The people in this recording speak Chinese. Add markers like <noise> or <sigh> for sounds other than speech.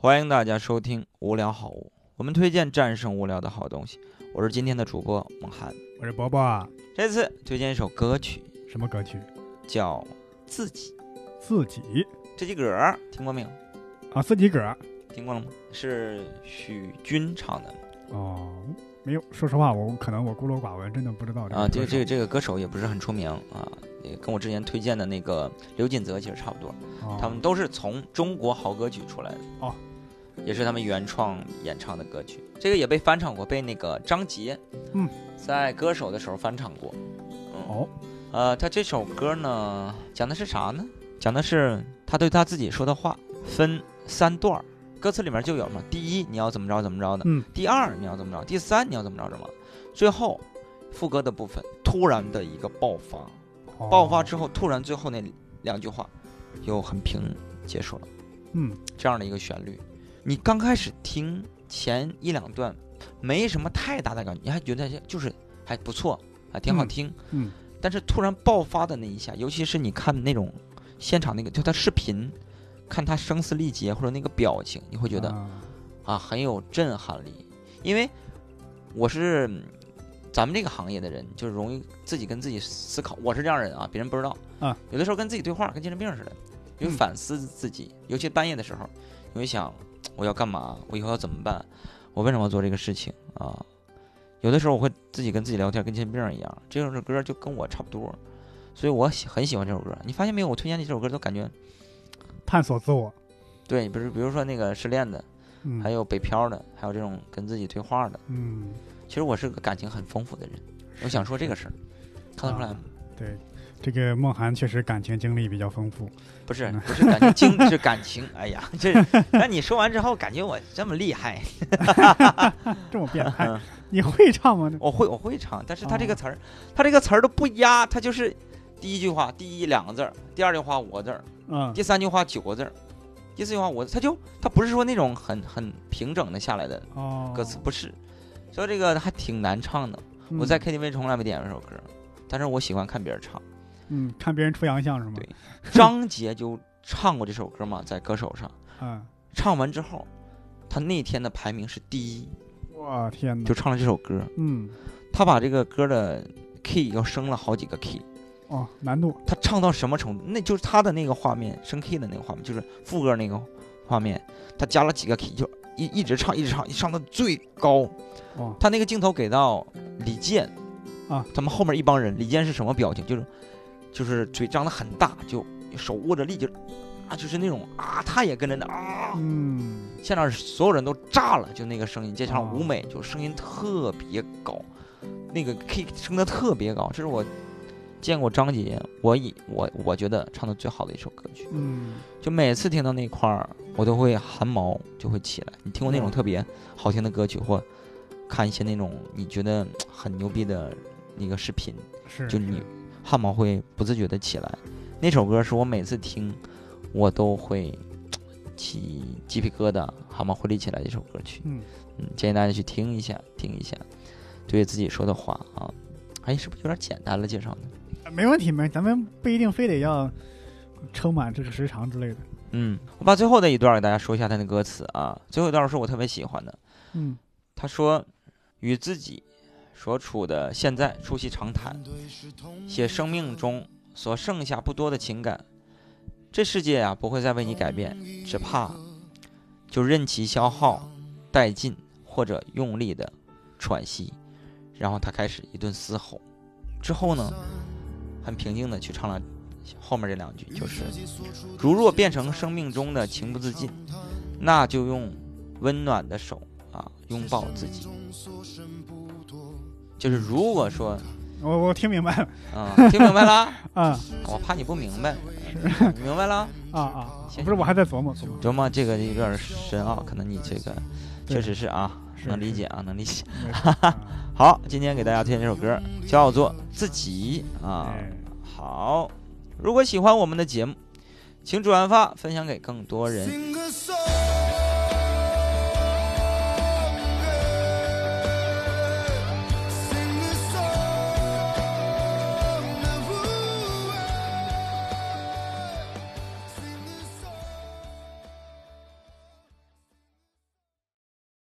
欢迎大家收听《无聊好物》，我们推荐战胜无聊的好东西。我是今天的主播孟涵，我是伯伯。这次推荐一首歌曲，什么歌曲？叫《自己》。自己这几个儿听过没有？啊，自己歌。听过了吗？是许军唱的哦，没有。说实话，我可能我孤陋寡闻，真的不知道这个啊。这个这个歌这个歌手也不是很出名啊，也跟我之前推荐的那个刘锦泽其实差不多。手哦他们都是从中国好歌曲出来的哦，也是他们原创演唱的歌曲。这个也被翻唱过，被那个张杰，嗯，在歌手的时候翻唱过。嗯，哦，呃，他这首歌呢，讲的是啥呢？讲的是他对他自己说的话，分三段儿，歌词里面就有嘛。第一，你要怎么着怎么着的；嗯第二，你要怎么着；第三，你要怎么着怎么着。最后，副歌的部分突然的一个爆发，哦爆发之后，突然最后那两句话又很平结束了。嗯这样的一个旋律，你刚开始听前一两段没什么太大的感觉，你还觉得就是还不错，还挺好听。嗯但是突然爆发的那一下，尤其是你看那种现场那个，就他视频，看他声嘶力竭或者那个表情，你会觉得啊啊很有震撼力。因为我是嗯咱们这个行业的人，就容易自己跟自己思考。我是这样人啊，别人不知道啊。有的时候跟自己对话，跟精神病似的，就嗯反思自己，尤其半夜的时候，你会想我要干嘛，我以后要怎么办，我为什么要做这个事情啊？有的时候我会自己跟自己聊天，跟精神病一样。这首歌就跟我差不多，所以我喜很喜欢这首歌。你发现没有？我推荐的这首歌都感觉探索自我。对，比如比如说那个失恋的，嗯，还有北漂的，还有这种跟自己对话的。嗯，其实我是个感情很丰富的人，我想说这个事儿，看得出来啊吗？对，这个梦涵确实感情经历比较丰富。不 <laughs> 是嗯不是感情经是感情，哎呀，这 <laughs> 那你说完之后，感觉我这么厉害，这么变 <laughs> 态，你会唱吗？我会我会唱，但是他这个啊词儿，他这个词儿都不押，他就是第一句话第一两个字儿，第二句话五个字儿，<laughs> 嗯第三句话九个字儿，第四句话我他就他不是说那种很很平整的下来的哦，歌词，不是，所以这个还挺难唱的。嗯我在 KTV 从来没点过这首歌，但是我喜欢看别人唱。嗯看别人出洋相是吗？对张杰就唱过这首歌嘛，在歌手上嗯，唱完之后，他那天的排名是第一，我天哪就，唱了这首歌。嗯他把这个歌的 key 又升了好几个 key，哦，难度他唱到什么程度？那就是他的那个画面升 key 的那个画面，就是副歌那个画面，他加了几个 key，就一一直唱，一直唱，唱到最高。哦他那个镜头给到李健啊，他们后面一帮人，李健是什么表情？就是就是嘴张得很大，就手握着力，就啊，就是那种啊，他也跟着那啊，嗯现场所有人都炸了，就那个声音。这场哦舞美就声音特别高，那个 K 升得特别高，这是我见过张杰，我以我我觉得唱的最好的一首歌曲。嗯就每次听到那块儿，我都会汗毛就会起来。你听过那种嗯特别好听的歌曲，或看一些那种你觉得很牛逼的那个视频，是就你汗毛会不自觉的起来。那首歌是我每次听，我都会起鸡皮疙瘩，汗毛会立起来的一首歌曲。嗯嗯，建议大家去听一下，听一下，对自己说的话啊。哎，是不是有点简单了？介绍的，没问题，没，咱们不一定非得要撑满这个时长之类的。嗯，我把最后的一段给大家说一下它的歌词啊。最后一段是我特别喜欢的，嗯，他说：“与自己所处的现在促膝长谈，写生命中所剩下不多的情感。这世界啊，不会再为你改变，只怕就任其消耗殆尽，或者用力的喘息。”然后他开始一顿嘶吼，之后呢，很平静的去唱了后面这两句，就是：“如若变成生命中的情不自禁，那就用温暖的手啊，拥抱自己。嗯就是如果说，我我听明白了啊、听明白了，啊我怕你不明白，你 <laughs> 明白了，啊啊！行不是，我还在琢磨 <laughs> 琢磨。琢磨这个有点深奥，可能你这个确实是啊，是能理解啊，能理解。没错啊好，今天给大家推荐这首歌，叫做《自己》啊。哎好，如果喜欢我们的节目，请转发分享给更多人。